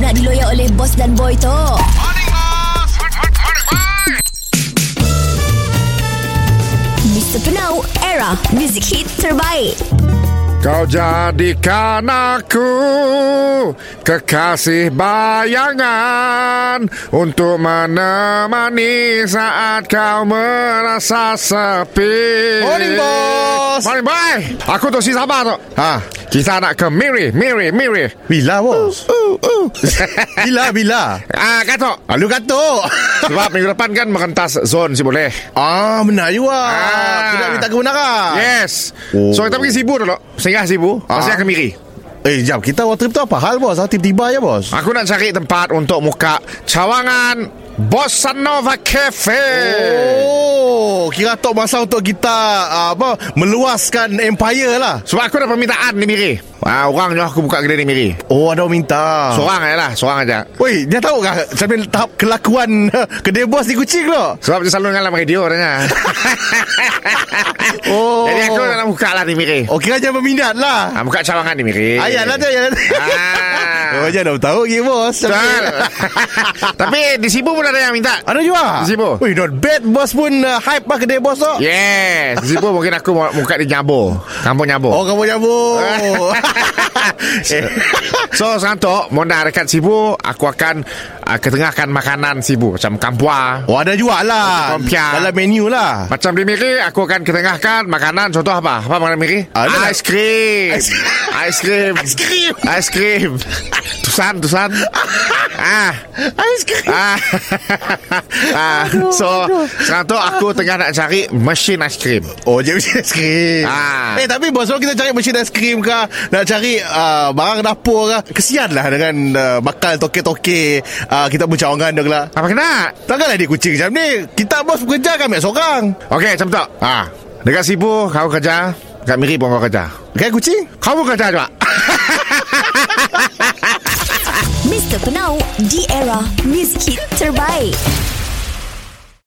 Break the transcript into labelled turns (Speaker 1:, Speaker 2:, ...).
Speaker 1: nak diloyak oleh bos dan boy tu. Mr. Penau, era music hit terbaik.
Speaker 2: Kau jadikan aku kekasih bayangan Untuk menemani saat kau merasa sepi
Speaker 3: Morning, bos.
Speaker 2: Morning boy Aku tu si Sabah tu ha, Kita nak ke Miri, Miri, Miri
Speaker 3: Bila bos uh, uh. Bila bila
Speaker 2: Ah, Katok
Speaker 3: Alu katuk
Speaker 2: Sebab minggu depan kan mengentas zon si boleh
Speaker 3: Ah benar juga
Speaker 2: Ah.
Speaker 3: Tidak minta kebenaran
Speaker 2: Yes
Speaker 3: Ah. Oh.
Speaker 2: So kita pergi Sibu dulu Singgah Sibu
Speaker 3: Ah.
Speaker 2: Pasal ke Miri
Speaker 3: Eh jap kita awal trip tu apa hal bos Ah, Tiba-tiba ya bos
Speaker 2: Aku nak cari tempat untuk muka cawangan Bossa Nova Cafe.
Speaker 3: Oh Kira tok masa untuk kita ah, apa Meluaskan empire lah
Speaker 2: Sebab aku ada permintaan di Miri. Ah, orang nyuruh aku buka kedai di Miri.
Speaker 3: Oh ada orang minta
Speaker 2: Seorang je lah, seorang aja.
Speaker 3: Woi, dia tahu kah sampai tahap kelakuan kedai bos di kucing lo?
Speaker 2: Sebab dia selalu dalam radio katanya.
Speaker 3: Oh.
Speaker 2: Jadi aku nak buka lah di Miri.
Speaker 3: Oh, kira jangan berminat lah.
Speaker 2: Ah, buka cawangan di Miri.
Speaker 3: Ayat lah tu, ayat lah tu.
Speaker 2: Ah.
Speaker 3: Oh, jangan dah tahu ke bos.
Speaker 2: Betul. Tapi di Sibu pun ada yang minta.
Speaker 3: Ada juga.
Speaker 2: Di Sibu.
Speaker 3: Wih, not bad bos pun uh, hype lah kedai bos tu.
Speaker 2: Yes, di Sibu mungkin aku mau buka di Nyabo. Kampung Nyabo.
Speaker 3: Oh, kamu nyambung.
Speaker 2: Eh, so Santo Monda dekat Sibu Aku akan uh, Ketengahkan makanan Sibu Macam kampua
Speaker 3: oh, ada juga lah.
Speaker 2: Macam kompiak.
Speaker 3: Dalam menu lah.
Speaker 2: Macam di Miri Aku akan ketengahkan Makanan contoh apa Apa makanan Miri
Speaker 3: Ada.
Speaker 2: Ais krim Ais krim Ais krim Ais krim Tusan Tusan Ah
Speaker 3: Ais krim.
Speaker 2: Ah, ah. So Sekarang tu aku tengah nak cari Mesin ais krim
Speaker 3: Oh, jadi mesin ais krim.
Speaker 2: Ah.
Speaker 3: Eh, tapi bos, kalau kita cari mesin ais krim ke, nak cari uh, barang dapur ke, kesian lah dengan uh, bakal toke-toke uh, kita bercawangan dia lah.
Speaker 2: Apa kena
Speaker 3: Takkanlah dia kucing macam ni Kita bos bekerja kami seorang
Speaker 2: Okey macam tu ah. Dekat Sibu Kau kerja Dekat Miri pun kau kerja
Speaker 3: Kan kucing?
Speaker 2: Kau pun kerja juga
Speaker 1: Mr. Penau, di era music hit terbaik.